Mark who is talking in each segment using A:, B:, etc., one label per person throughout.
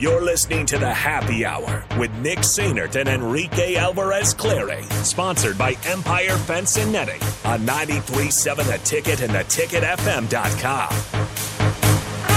A: You're listening to the Happy Hour with Nick Sainert and Enrique Alvarez Clary, sponsored by Empire Fence and Netting on 937 The Ticket and theticketfm.com.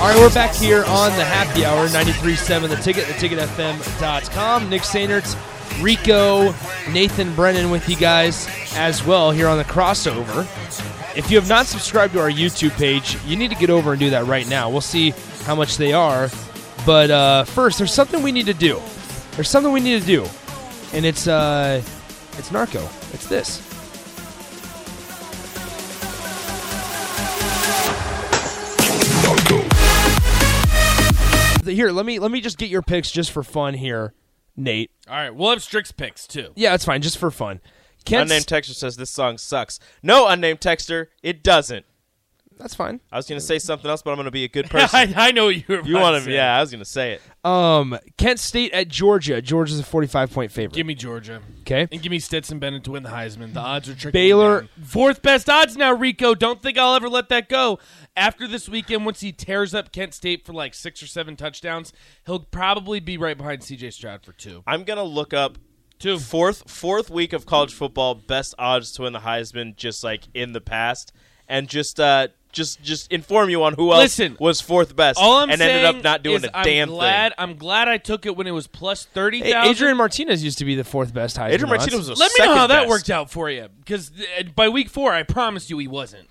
B: All right, we're back here on the happy hour, 93.7 The Ticket, theticketfm.com. Nick Sainert, Rico, Nathan Brennan with you guys as well here on the crossover. If you have not subscribed to our YouTube page, you need to get over and do that right now. We'll see how much they are. But uh, first, there's something we need to do. There's something we need to do. And it's, uh, it's Narco. It's this. Here, let me let me just get your picks just for fun here, Nate.
C: All right, we'll have Strix picks too.
B: Yeah, it's fine, just for fun. Kent's,
D: unnamed texter says this song sucks. No, unnamed texter, it doesn't.
B: that's fine.
D: I was gonna say something else, but I'm gonna be a good person.
C: I, I know you. Were
D: you
C: about
D: want to?
C: say.
D: Yeah, I was gonna say it.
B: Um, Kent State at Georgia. Georgia's a 45 point favorite.
C: Give me Georgia.
B: Okay.
C: And give me Stetson Bennett to win the Heisman. The odds are tricky.
B: Baylor-
C: Fourth best odds now, Rico. Don't think I'll ever let that go. After this weekend, once he tears up Kent State for like six or seven touchdowns, he'll probably be right behind CJ Stroud for two.
D: I'm gonna look up
C: Two.
D: fourth fourth week of college football best odds to win the Heisman, just like in the past, and just uh just just inform you on who else
C: Listen,
D: was fourth best
C: All I'm
D: and
C: saying
D: ended up not doing
C: is
D: a damn
C: I'm glad,
D: thing.
C: I'm glad I took it when it was plus thirty
B: Hey,
C: thousand.
B: Adrian Martinez used to be the fourth best Heisman.
D: Adrian
B: odds.
D: Martinez was a
C: Let me know
D: second
C: how that
D: best.
C: worked out for you, because by week four, I promise you he wasn't.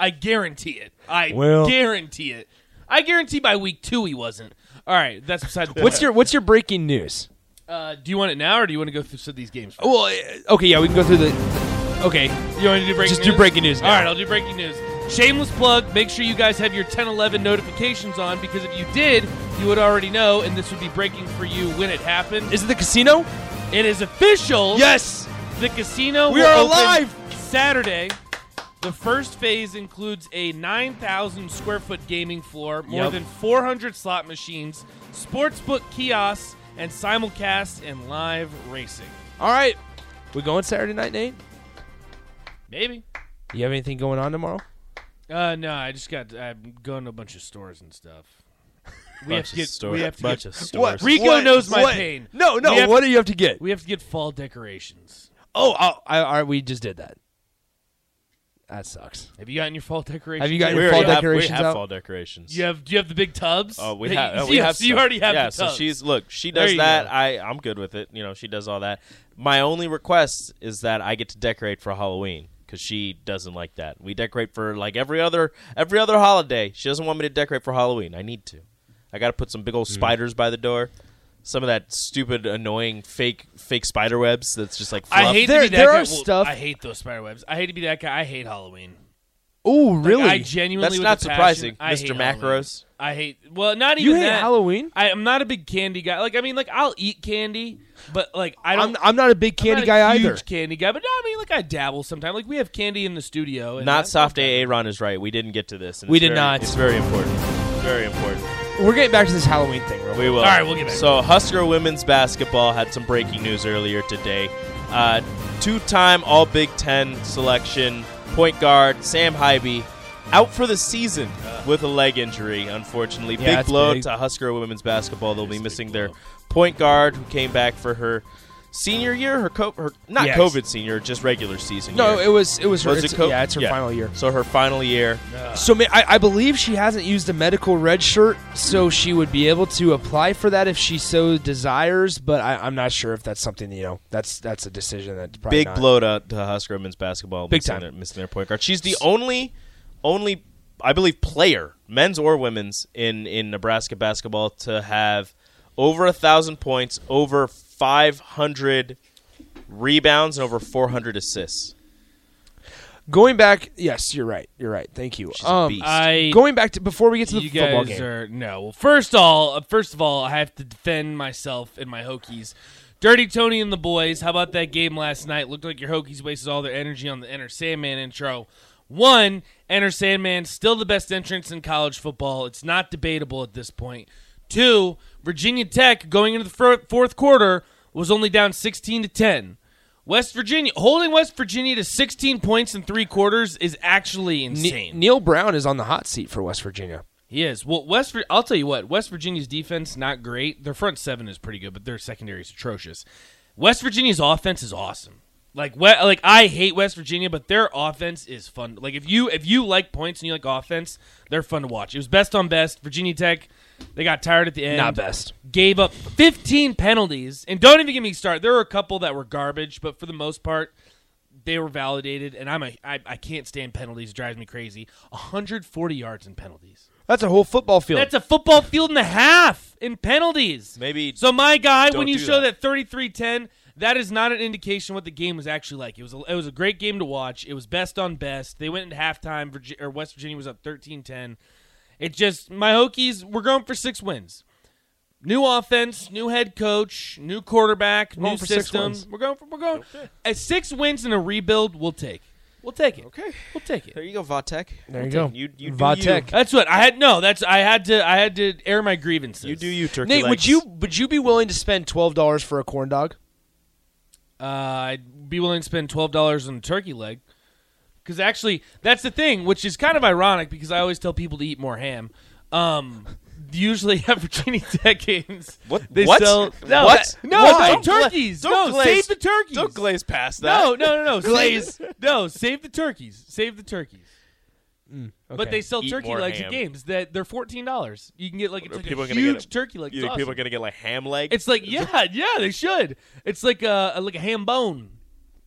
C: I guarantee it. I
B: Well-
C: guarantee it. I guarantee by week two he wasn't. All right, that's beside the point.
B: What's your What's your breaking news?
C: Uh, do you want it now, or do you want to go through some of these games? First?
B: Well, uh, okay, yeah, we can go through the. Okay,
C: You want to do breaking
B: Just
C: news?
B: do breaking news now.
C: All right, I'll do breaking news. Shameless plug. Make sure you guys have your 1011 notifications on because if you did, you would already know, and this would be breaking for you when it happened.
B: is it the casino?
C: It is official.
B: Yes.
C: The casino.
B: We
C: will
B: are
C: open
B: alive!
C: Saturday. The first phase includes a 9,000 square foot gaming floor, more
B: Yep.
C: than 400 slot machines, sportsbook kiosks, and simulcast and live racing.
B: All right, we going Saturday night, Nate.
C: Maybe.
B: You have anything going on tomorrow?
C: Uh, no, I just got. I'm going to a bunch of stores and stuff. We have
D: Bunch
C: to
D: of
C: get.
D: stores.
C: We have to
D: Bunch
C: get.
D: of stores.
C: Rico knows my
B: what?
C: pain.
B: No, no.
C: We have-
B: what do you have to get?
C: We have to get fall decorations.
B: oh, oh, I, all right. We just did that. That sucks.
C: Have you gotten your fall decorations?
B: Have you gotten
D: We
B: your
D: already
B: fall
D: have, we
B: decorations
D: have
B: out?
D: fall decorations.
C: You have. Do you have the big tubs?
D: Oh, we
C: Hey,
D: have.
C: you-
D: we have
C: so you
D: stuff.
C: already have.
D: Yeah,
C: the
D: so
C: tubs.
D: she's look. She
C: There
D: does
C: you
D: that.
C: go.
D: I I'm good with it. You know, she does all that. My only request is that I get to decorate for Halloween because she doesn't like that. We decorate for like every other every other holiday. She doesn't want me to decorate for Halloween. I need to. I got to put some big
C: Hmm.
D: old spiders by the door. Some of that stupid, annoying fake fake spider webs. That's just like fluff.
C: I hate
B: There-
C: to be that
B: there
C: guy.
B: are
C: Well,
B: stuff-
C: I hate those spider webs. I hate to be that guy. I hate Halloween.
B: Oh,
C: Like,
B: really?
C: I genuinely.
D: That's
C: with
D: not
C: a
D: surprising,
C: passion, I
D: Mr.
C: hate Halloween.
D: Macros.
C: I hate. Well, not even
B: you hate
C: that.
B: Halloween?
C: I, I'm not a big candy guy. Like I mean, like I'll eat candy, but like I don't.
B: I'm, I'm not a big
C: I'm not
B: candy
C: a
B: guy
C: huge
B: either.
C: Candy guy, but no, I mean, like I dabble sometimes. Like we have candy in the studio. And
D: Not
C: I-
D: soft A. Aaron is right. We didn't get to this. and
B: We
D: it's
B: did
D: very-
B: not.
D: It's very important. It's very important.
B: We're getting back to this Halloween thing, real
D: We will.
C: All right, we'll get back.
D: So Husker women's basketball had some breaking news earlier today. Uh, two-time All Big Ten selection point guard Sam Hybe out for the season with a leg injury. Unfortunately,
B: Yeah,
D: big
B: that's
D: blow
B: big.
D: to Husker women's basketball. They'll be missing their point guard who came back for her senior year, her co- her not
B: Yes.
D: COVID senior, just regular season.
B: No,
D: year.
B: it was it was her.
D: Was
B: it's-
D: it co-
B: yeah, it's her final year.
D: So her final year.
B: So ma- I, I believe she hasn't used a medical red shirt, so she would be able to apply for that if she so desires. But I, I'm not sure if that's something you know. That's that's a decision that's probably
D: big
B: not-
D: blow to, to Husker women's basketball.
B: Big
D: missing
B: time.
D: Their, missing their point guard. She's the only, only I believe player, men's or women's, in in Nebraska basketball to have over a thousand points, over five hundred rebounds, and over four hundred assists.
B: Going back, yes, you're right. You're right. Thank you.
D: She's a
B: Um,
D: beast.
C: I
B: going back to before we get to the
C: you
B: football
C: guys
B: game.
C: are no. Well, first all, first of all, I have to defend myself and my Hokies. Dirty Tony and the boys. How about that game last night? Looked like your Hokies wasted all their energy on the Enter Sandman intro. One, Enter Sandman still the best entrance in college football. It's not debatable at this point. Two, Virginia Tech going into the fir- fourth quarter was only down 16 to 10. West Virginia holding West Virginia to 16 points in three quarters is actually
B: Ne-
C: insane.
B: Neil Brown is on the hot seat for West Virginia.
C: He is. Well, West. Vir- I'll tell you what. West Virginia's defense not great. Their front seven is pretty good, but their secondary is atrocious. West Virginia's offense is awesome. Like we- like I hate West Virginia, but their offense is fun. Like if you if you like points and you like offense, they're fun to watch. It was best on best. Virginia Tech, they got tired at the end.
B: Not best.
C: Gave up 15 penalties, and don't even get me started. There were a couple that were garbage, but for the most part, they were validated. And I'm a I, I can't stand penalties. It drives me crazy. 140 yards in penalties.
B: That's a whole football field.
C: That's a football field and a half in penalties.
D: Maybe
C: So my guy,
D: don't
C: when you
D: do
C: show
D: that.
C: that 33-10, that is not an indication what the game was actually like. It was a, it was a great game to watch. It was best on best. They went into halftime. Virgi- or West Virginia was up 13-10. It just my Hokies. We're going for six wins. New offense, new head coach, new quarterback,
B: going
C: new
B: for six
C: system.
B: wins.
C: We're going for we're going. At six wins in a rebuild, we'll take. We'll take it.
D: Okay.
C: We'll take it.
D: There you go, Vatek.
B: there you go.
D: You you do
B: Vatek.
D: you.
C: That's what I had. No, that's I had to. I had to air my grievances.
D: You do you, turkey
B: Nate, would
D: legs.
B: you would you be willing to spend twelve dollars for a corn dog?
C: Uh, I'd be willing to spend twelve dollars on a turkey leg, because actually that's the thing, which is kind of ironic because I always tell people to eat more ham. Um, usually at Virginia Tech games,
D: What?
C: they
D: what?
C: sell no,
D: what?
C: that- no,
D: Why?
C: no turkeys,
D: Don't
C: no save
D: glaze-
C: the turkeys,
D: Don't glaze past that.
C: no, no, no, no, glaze, no, save the turkeys, save the turkeys. But they sell
D: Eat
C: turkey
D: more
C: legs
D: ham.
C: at games that they're fourteen dollars. You can get like it's
D: Are
C: like
D: people
C: a
D: gonna get
C: huge
D: it?
C: turkey leg.
D: You
C: It's
D: think people
C: awesome.
D: are gonna get like ham leg?
C: It's like yeah, yeah, they should. It's like a like a ham bone.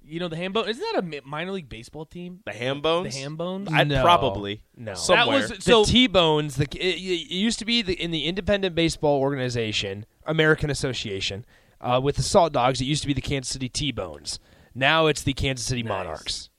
C: You know the ham bone. Isn't that a mi- minor league baseball team?
D: the ham bones.
C: The ham bones.
D: I'd
B: No.
D: probably
B: No. That
C: that
D: somewhere.
C: was so.
B: the T Bones. The, it, it used to be the, in the Independent Baseball Organization, American Association, uh, with the Salt Dogs. It used to be the Kansas City T Bones. Now it's the Kansas City Monarchs.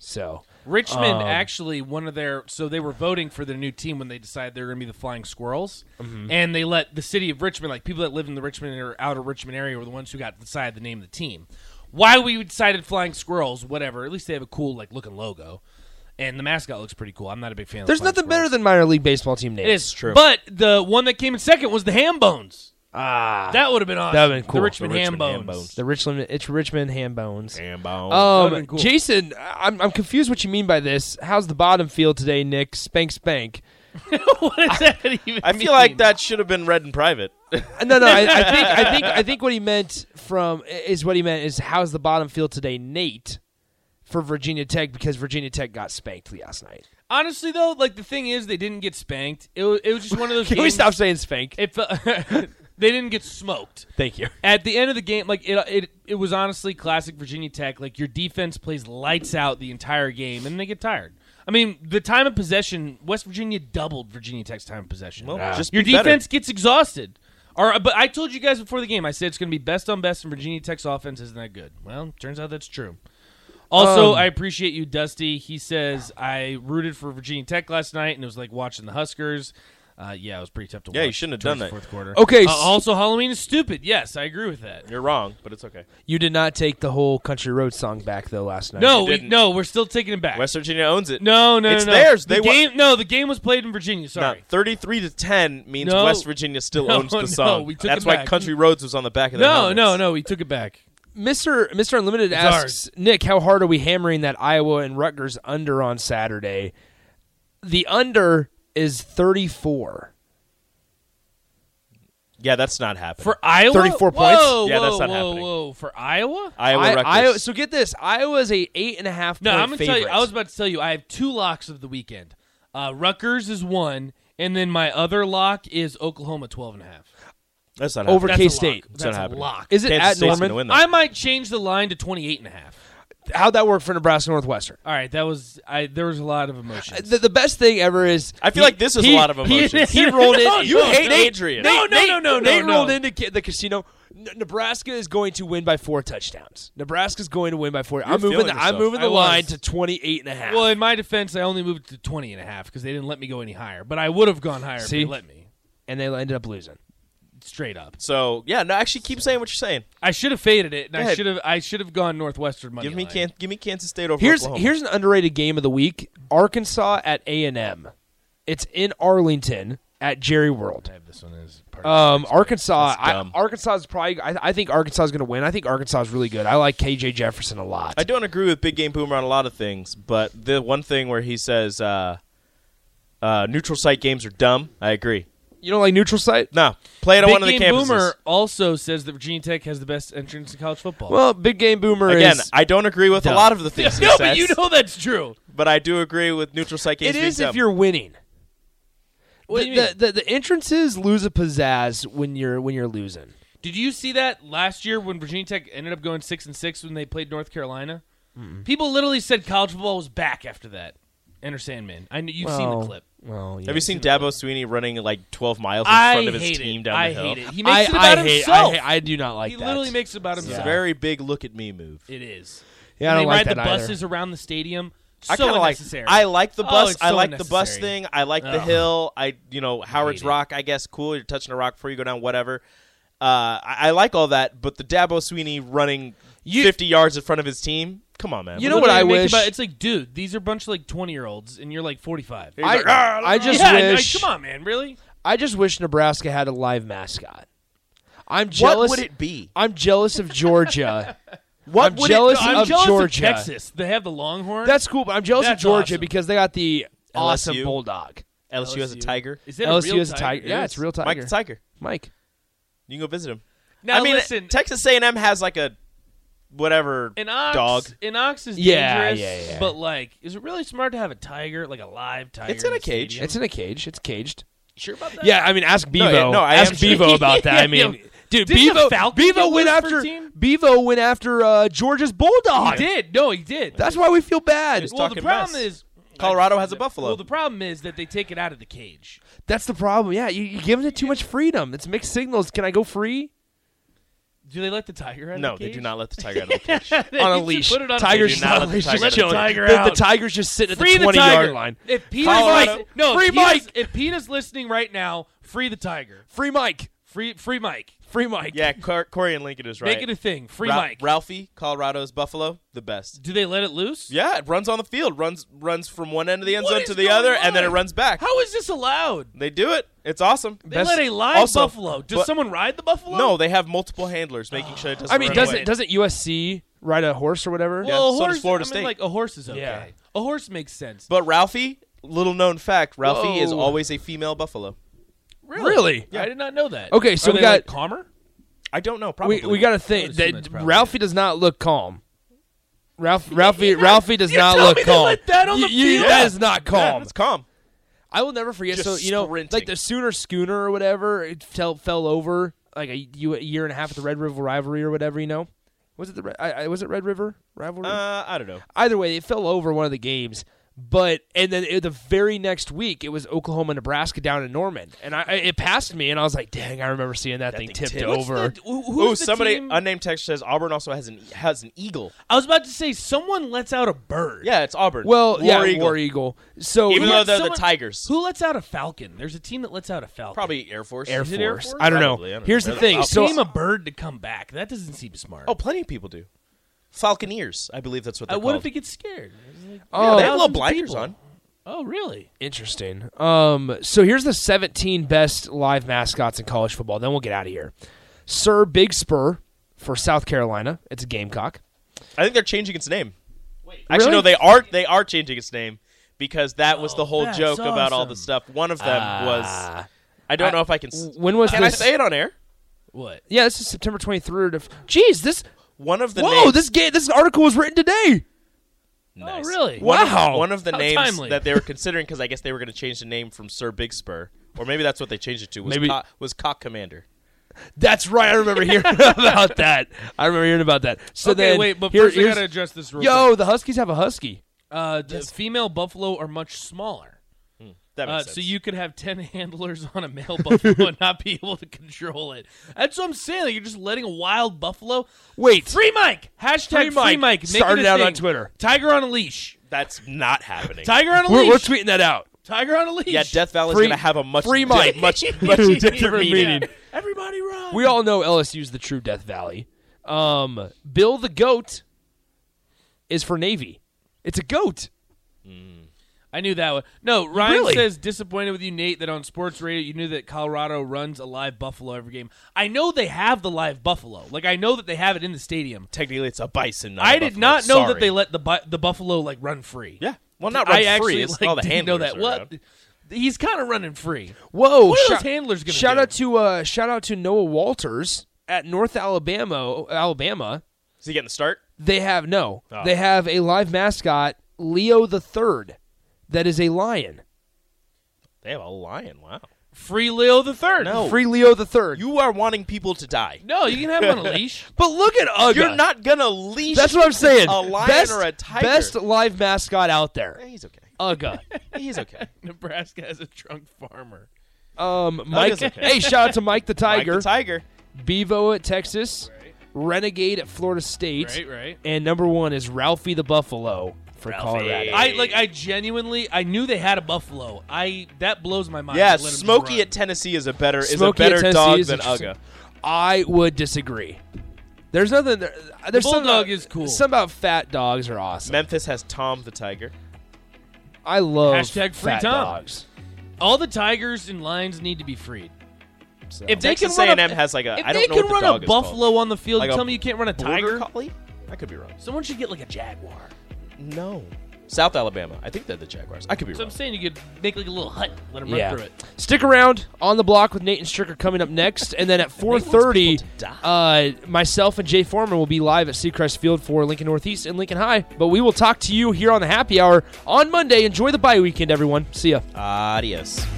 B: So Um,
C: Richmond actually one of their so they were voting for their new team when they decided they were going to be the Flying Squirrels,
B: Mm-hmm.
C: and they let the city of Richmond, like people that live in the Richmond or outer Richmond area, were the ones who got to decide the name of the team. Why we decided Flying Squirrels, whatever. At least they have a cool like looking logo, and the mascot looks pretty cool. I'm not a big fan.
B: there's
C: of the
B: nothing
C: Flying Squirrels.
B: better than minor league baseball team names.
C: It is But the one that came in second was the ham bones.
B: ah
C: That would have been awesome.
B: That would've been cool.
C: The Richmond,
D: The
C: ham,
D: Richmond ham
C: bones.
D: bones.
B: the Richmond. It's Richmond Ham Bones.
D: ham bones.
B: Um,
C: been cool.
B: Jason, I- I'm, I'm confused what you mean by this. How's the bottom field today, Nick? Spank, spank.
C: what does that even
D: I feel like that should have been read in private.
B: No, no. I, I think I think I think what he meant from is what he meant is how's the bottom field today, Nate, for Virginia Tech because Virginia Tech got spanked last night.
C: Honestly, though, like the thing is, they didn't get spanked. It was, it was just one of those.
B: Can we
C: games-
B: stop saying spank?
C: It felt, they didn't get smoked.
B: Thank you.
C: At the end of the game, like it, it, it was honestly classic Virginia Tech. Like your defense plays lights out the entire game, and they get tired. I mean, the time of possession, West Virginia doubled Virginia Tech's time of possession.
D: Well, Yeah. just
C: your
D: be better.
C: defense gets exhausted. Or, but I told you guys before the game, I said it's going to be best on best, and Virginia Tech's offense isn't that good. Well, turns out that's true. Also,
B: Um,
C: I appreciate you, Dusty. He says I rooted for Virginia Tech last night, and it was like watching the Huskers. Uh, yeah, it was pretty tough to watch.
D: Yeah, you shouldn't have done
C: towards the
D: that.
C: Fourth quarter.
B: Okay,
C: Uh,
B: s-
C: also, Halloween is stupid. Yes, I agree with that.
D: You're wrong, but it's okay.
B: You did not take the whole country road song back though last night.
C: No,
D: you
C: we,
D: didn't.
C: no, we're still taking it back.
D: West Virginia owns it.
C: no, no, no,
D: it's
C: no.
D: theirs.
C: The
D: They won-
C: game. No, the game was played in Virginia.
D: Now,
C: Sorry.
D: 33 to 10 means
C: No.
D: West Virginia still
C: No,
D: owns the
C: no,
D: song.
C: we took
D: That's
C: it
D: why
C: back.
D: Country Roads was on the back of the
C: No, no, no. We took it back.
B: Mister Mister Unlimited
C: It's
B: asks Nick, how hard are we hammering that Iowa and Rutgers under on Saturday? The under is 34.
D: Yeah, that's not happening.
C: For Iowa,
B: 34
C: whoa,
B: points?
C: Whoa,
D: Yeah, that's not
C: whoa,
D: happening.
C: Whoa, for Iowa?
D: Iowa
B: I,
D: Rutgers.
B: I, so get this. Iowa's a eight and a half
C: No,
B: point
C: I'm gonna
B: favorite.
C: tell you. I was about to tell you. I have two locks of the weekend. Uh, Rutgers is one, and then my other lock is Oklahoma 12 and a half.
D: that's not
B: over
C: That's a
D: happening.
B: K-State.
C: lock.
D: That's
C: That's
D: not
C: a
D: happening.
C: lock.
B: Is it
D: Kansas
B: at
D: State's
B: Norman?
D: gonna win that.
C: I might change the line to 28 and a half.
B: How'd that work for Nebraska Northwestern?
C: All right, that was I. There was a lot of
D: Uh,
C: emotions.
B: The, the best thing ever is
D: I feel
B: he-
D: like this is
B: he-
D: a lot of
B: he-
D: emotions.
B: He, rolled in.
C: No,
D: you hate Adrian.
B: Nate-
C: No, no,
B: Nate-
C: no, no, no,
B: Nate
C: no.
B: rolled into ca- the casino. N- Nebraska is going to win by four touchdowns. Nebraska's going to win by 4 I'm moving.
D: feeling
B: The, I'm
D: yourself.
B: moving the
C: I was.
B: line to 28 and a half.
C: Well, in my defense, I only moved to 20 and a half because they didn't let me go any higher. But I would have gone higher
B: See?
C: if they let me.
B: and they ended up losing.
C: Straight up,
D: So yeah, no. Actually, keep saying what you're saying.
C: I should have faded it, and I
D: ahead.
C: should have I should have gone Northwestern money.
D: Give me
C: line.
D: can, give me Kansas State over.
B: Here's
D: Oklahoma.
B: here's an underrated game of the week: Arkansas at A and M. It's in Arlington at Jerry World.
C: This one is part of-
B: Um, Arkansas.
D: That's
B: I,
D: dumb.
B: Arkansas is probably. I, I think Arkansas is going to win. I think Arkansas is really good. I like KJ Jefferson a lot.
D: I don't agree with Big Game Boomer on a lot of things, but the one thing where he says uh, uh, neutral site games are dumb, I agree.
B: you don't like neutral site?
D: No, play it on
C: Big
D: one of the
C: Game
D: campuses.
C: Boomer also says that Virginia Tech has the best entrance in college football.
B: Well, big game boomer
D: Again,
B: is.
D: I don't agree with
C: Dumb.
D: a lot of the things he
C: no, but
D: says,
C: you know that's true.
D: but I do agree with neutral site games.
B: it
D: being
B: is
D: dumb.
B: if you're winning.
C: What
B: the,
C: do you mean?
B: The, the, the entrances lose a pizzazz when you're when you're losing.
C: Did you see that last year when Virginia Tech ended up going six and six when they played North Carolina? People literally said college football was back after that. Enter Sandman. I know you've seen the
B: Well,
C: clip.
B: Well, yeah.
D: Have you seen Dabo Sweeney running like 12 miles in
C: I
D: front of his
C: hate
D: team
C: it.
D: down
C: I
D: the hill?
C: hate it.
B: I,
C: He makes it
B: I
C: about
B: hate,
C: himself.
B: I, hate- I do not like
C: he
B: that.
C: literally makes it about
D: It's
C: himself.
D: a very big look at me move.
C: It is.
B: Yeah, I don't
C: they
B: like
C: ride
B: that
C: the
B: either.
C: buses around the stadium.
D: I
C: so
D: kind of like.
C: unnecessary.
D: I like the
C: Oh,
D: bus.
C: it's
D: I
C: so
D: like the bus
C: unnecessary.
D: thing. I like the
C: Ugh.
D: hill. I you know Howard's
C: Hate it.
D: Rock. I guess cool. You're touching a rock before you go down. Whatever. Uh, I, I like all that, but the Dabo Sweeney running 50 yards in front of his team. Come on, man.
B: You know what I
C: Literally make it
B: wish?
C: about- it's like, dude, these are a bunch of like twenty year olds, and you're like forty five.
D: He's like, "Ah,
B: I, I just
C: yeah, like,
B: wish.
C: come on, man, really?
B: I just wish Nebraska had a live mascot. I'm
D: What
B: jealous.
D: would it be?
B: I'm jealous of Georgia.
D: What
B: I'm
D: would
B: jealous
D: it
C: I'm
B: of
C: jealous
B: Georgia.
C: of Texas. They have the Longhorn.
B: That's cool, but I'm jealous
C: That's
B: of Georgia
C: awesome.
B: because they got the awesome
D: LSU.
B: bulldog.
D: LSU has a tiger.
C: is that
B: LSU
C: a real
B: is a tiger.
C: tiger?
B: Yeah,
C: It
B: it's
C: is.
B: a real tiger.
D: Mike the Tiger.
B: Mike.
D: You can go visit him.
C: Now
D: I mean,
C: listen,
D: Texas A&M has like a whatever
C: an ox,
D: dog.
C: An ox is
B: Yeah,
C: dangerous,
B: yeah, yeah.
C: but like, is it really smart to have a tiger, like a live tiger?
D: It's in a
C: the
D: cage.
C: stadium?
B: It's in a cage. It's caged.
C: sure about that?
B: Yeah, I mean, ask Bevo.
D: yeah, no, I am
B: ask
D: sure.
B: Bevo about that. I mean,
C: Yeah.
B: dude,
C: Didn't the
B: Bevo.
C: Falcons
B: Bevo
C: get
B: went
C: loose for
B: after.
C: a team?
B: Bevo went after uh, Georgia's bulldog.
C: he did. No, he did.
B: That's why we feel bad.
D: Just-
C: well, the
D: talking
C: problem
D: mess.
C: is
D: Colorado has a buffalo.
C: Well, the problem is that they take it out of the cage.
B: That's the problem. Yeah, you, you're giving it too much freedom. It's mixed signals. Can I go free
C: Do they let the tiger out?
D: no,
C: of the
D: they
C: cage?
D: do not let the tiger out of the cage.
C: They
B: on a
C: should
B: leash?
C: Put it on
B: tiger's
C: a leash.
D: do not let the
B: leash.
D: tiger
B: just
C: out.
B: chilling.
C: Let the tiger
B: The- The,
C: out.
B: tiger's just sitting at
C: Free
B: the
C: the
B: 20
C: tiger.
B: yard line.
C: If Pete
B: Colorado-
C: is, no,
B: free
C: if Pete is-
B: Mike.
C: if Pete is listening right now, free the tiger.
B: Free Mike.
C: Free, free Mike.
B: Free Mike.
D: yeah, Cor- Corey and Lincoln is right.
C: Make it a thing. Free
D: Ra-
C: Mike.
D: Ralphie, Colorado's Buffalo, the best.
C: Do they let it loose?
D: Yeah, it runs on the field, runs runs from one end of the end
C: What
D: zone
C: is
D: to the
C: going
D: other, and then it
C: on?
D: runs back.
C: How is this allowed?
D: They do it. It's awesome.
C: They let a live
D: Also-
C: buffalo. Does
D: but-
C: someone ride the buffalo?
D: No, they have multiple handlers making sure it doesn't.
B: I mean,
D: run
B: doesn't
D: away.
B: doesn't USC ride a horse or whatever?
D: Yeah.
C: Well, a
D: so does
C: horse.
D: Florida
C: I mean,
D: State.
C: like a horse is okay.
B: Yeah.
C: A horse makes sense.
D: But Ralphie, little known fact, Ralphie is
C: Whoa.
D: always a female buffalo.
C: really,
B: Really?
C: I did not know that.
B: Okay, so
C: Are
B: we
C: they, like,
B: got-
C: calmer.
D: I don't know. Probably
B: We, we got to
C: I would
B: think
C: assume
B: that
C: that's probably
B: Ralphie does not look calm. Ralph, Ralphie, Ralphie does
C: You're
B: not
C: telling
B: look
C: me they
B: calm.
C: let that on
B: You-
C: the
B: you-
C: field?
B: that is not calm.
D: Yeah, it's calm.
B: I will never forget.
D: Just
B: so you know, like
D: sprinting.
B: the Sooner Schooner or whatever, it fell fell over like a, you- a year and a half at the Red River rivalry or whatever. You know, was it the Red- I, I, was it Red River rivalry?
D: Uh, I don't know.
B: Either way, it fell over one of the games. But and then it, the very next week, it was Oklahoma Nebraska down in Norman, and I I- it passed me, and I was like, dang, I remember seeing that, thing,
D: thing
B: tipped,
D: tipped.
C: What's
B: over.
C: the- who-
D: Ooh,
C: who's the
D: somebody
C: team-
D: unnamed text says Auburn also has an has an eagle.
C: I was about to say someone lets out a bird.
D: Yeah, it's Auburn.
B: well,
D: War
B: yeah,
D: eagle.
B: War E-, Eagle. So
D: Even
C: Who
D: though
C: lets-
D: they're the
C: someone-
D: Tigers.
C: Who lets out a falcon? There's a team that lets out a falcon.
D: Probably Air Force.
B: Air
D: Is
B: Force.
D: it Air
B: I don't know.
D: Probably, I don't
B: Here's
D: know.
B: the
D: They're
B: thing.
D: the
B: So
C: Name a bird to come back. That doesn't seem smart.
D: Oh, plenty of people do. Falconeers, I believe that's what
C: Uh,
D: they're
C: what
D: called.
C: if it gets scared?
D: yeah, they have little
C: Thousands of
D: blinders
C: people.
D: on.
C: Oh, really?
B: Interesting. Um, so here's the 17 best live mascots in college football. Then we'll get out of here. Sir Big Spur for South Carolina. It's a gamecock.
D: I think they're changing its name.
B: Really?
D: Actually,
B: Oh,
D: no, they are. They are changing its name because that was the whole
C: that's
D: joke about all the
C: awesome.
D: stuff. One of them was I don't know if I can. s-
B: Ah. When was
D: can I
B: this?
D: say it on air?
C: What?
B: Yeah, this is September 23rd of. Jeez, this.
D: One of the
B: whoa,
D: names.
B: this ga- this article was written today.
D: Nice.
C: Oh, really?
D: One of-
B: Wow.
D: one of the
C: How
D: names
C: timely.
D: that they were considering because I guess they were going to change the name from Sir Big Spur, or maybe that's what they changed it to. Was
B: Maybe-
D: cock, was Cock Commander?
B: That's right. I remember hearing about that. I remember hearing about that. So
C: okay,
B: then,
C: wait, but
B: here-
C: first I
B: here's-
C: gotta address this real
B: Yo,
C: quick.
B: the Huskies have a husky.
C: Uh, the female buffalo are much smaller.
D: That
C: Uh,
D: makes sense.
C: so you could have ten handlers on a male buffalo and not be able to control it. That's what I'm saying. Like, you're just letting a wild buffalo.
B: Wait.
C: free Mike. Hashtag free
B: Free Mike.
C: Mike. Make it
B: Started
C: a
B: out
C: thing.
B: on Twitter.
C: Tiger on a leash.
D: that's not happening.
C: Tiger on a
B: We're,
C: leash.
B: we're tweeting that out.
C: Tiger on a leash.
D: yeah, Death Valley's
B: Free-
D: going to have a much
B: Free Mike.
D: much much deeper
B: different
D: meaning.
B: meaning.
C: Everybody run.
B: We all know LSU's the true Death Valley. Um, Bill the goat is for Navy. It's a goat.
C: I knew that one. No, Ryan
B: Really?
C: says disappointed with you, Nate, that on sports radio you knew that Colorado runs a live buffalo every game. I know they have the live buffalo. Like I know that they have it in the stadium.
D: Technically, it's a bison. Not
C: I
D: a
C: did
D: buffalo.
C: not know that
D: Sorry.
C: they let the bu- the buffalo like run free.
D: Yeah. Well, not
C: I
D: run
C: actually
D: free. It's
C: like,
D: all the
C: didn't know that.
D: handlers are
C: What?
D: around.
C: He's kind of running free.
B: Whoa!
C: What are those
B: shout-
C: handlers gonna
B: shout
C: do?
B: out to uh, shout out to Noah Walters at North Alabama, Alabama.
D: Is he getting the start?
B: They have no. They have a live mascot, Leo the Third, that is a lion.
D: They have a lion. Wow.
C: Free Leo the third.
D: No.
B: Free Leo the Third.
D: You are wanting people to die.
C: no, you can have him on a leash.
B: But look at Uga.
D: You're not going to leash.
B: That's what I'm saying.
D: A lion
B: best,
D: or a tiger. Eh,
B: Best live mascot out there.
D: He's okay.
B: Uga.
D: He's okay.
C: Nebraska has a drunk farmer.
B: Um, Mike.
D: Uga's okay.
B: Hey, shout out to Mike the Tiger.
D: Mike the tiger.
B: Bevo at Texas. Renegade at Florida State.
C: Right, right.
B: And number one is Ralphie the Buffalo for Colorado.
C: I like. I genuinely. I knew they had a buffalo. I that blows my mind.
D: Yeah,
C: They let him just
D: Smokey
C: run.
D: at Tennessee is a better is
B: Smokey
D: a
B: at
D: better
B: Tennessee
D: dog
B: is
D: than
B: interesting.
D: Uga.
B: I would disagree. There's nothing. There, there's something
C: Bulldog
B: about-
C: is cool.
B: Something about fat dogs are awesome.
D: Memphis has Tom the Tiger.
B: I love
C: Hashtag free
B: fat
C: Tom.
B: dogs.
C: all the tigers and lions need to be freed.
B: So.
C: If they
D: Texas
C: can run
D: A&M
C: a,
D: has like a.
C: if
D: I
C: they
D: don't know
C: can
D: what the
C: run
D: dog
C: a
D: is
C: buffalo
D: called.
C: on the field,
D: Like
C: you
D: a
C: tell me you can't run a
D: Border
C: tiger.
D: collie? I could be wrong.
C: Someone should get like a jaguar.
D: No, South Alabama. I think they're the Jaguars. I could be
C: So I'm
D: wrong.
C: saying you could make like a little hut, let them
B: yeah.
C: run through it.
B: Stick around on the block with Nate and Stricker coming up next, and then at
D: wants
B: 4:30,
D: people to
B: uh, myself and Jay Foreman will be live at Seacrest Field for Lincoln Northeast and Lincoln High. But we will talk to you here on the Happy Hour on Monday. Enjoy the bye weekend, everyone. See ya.
D: Adios.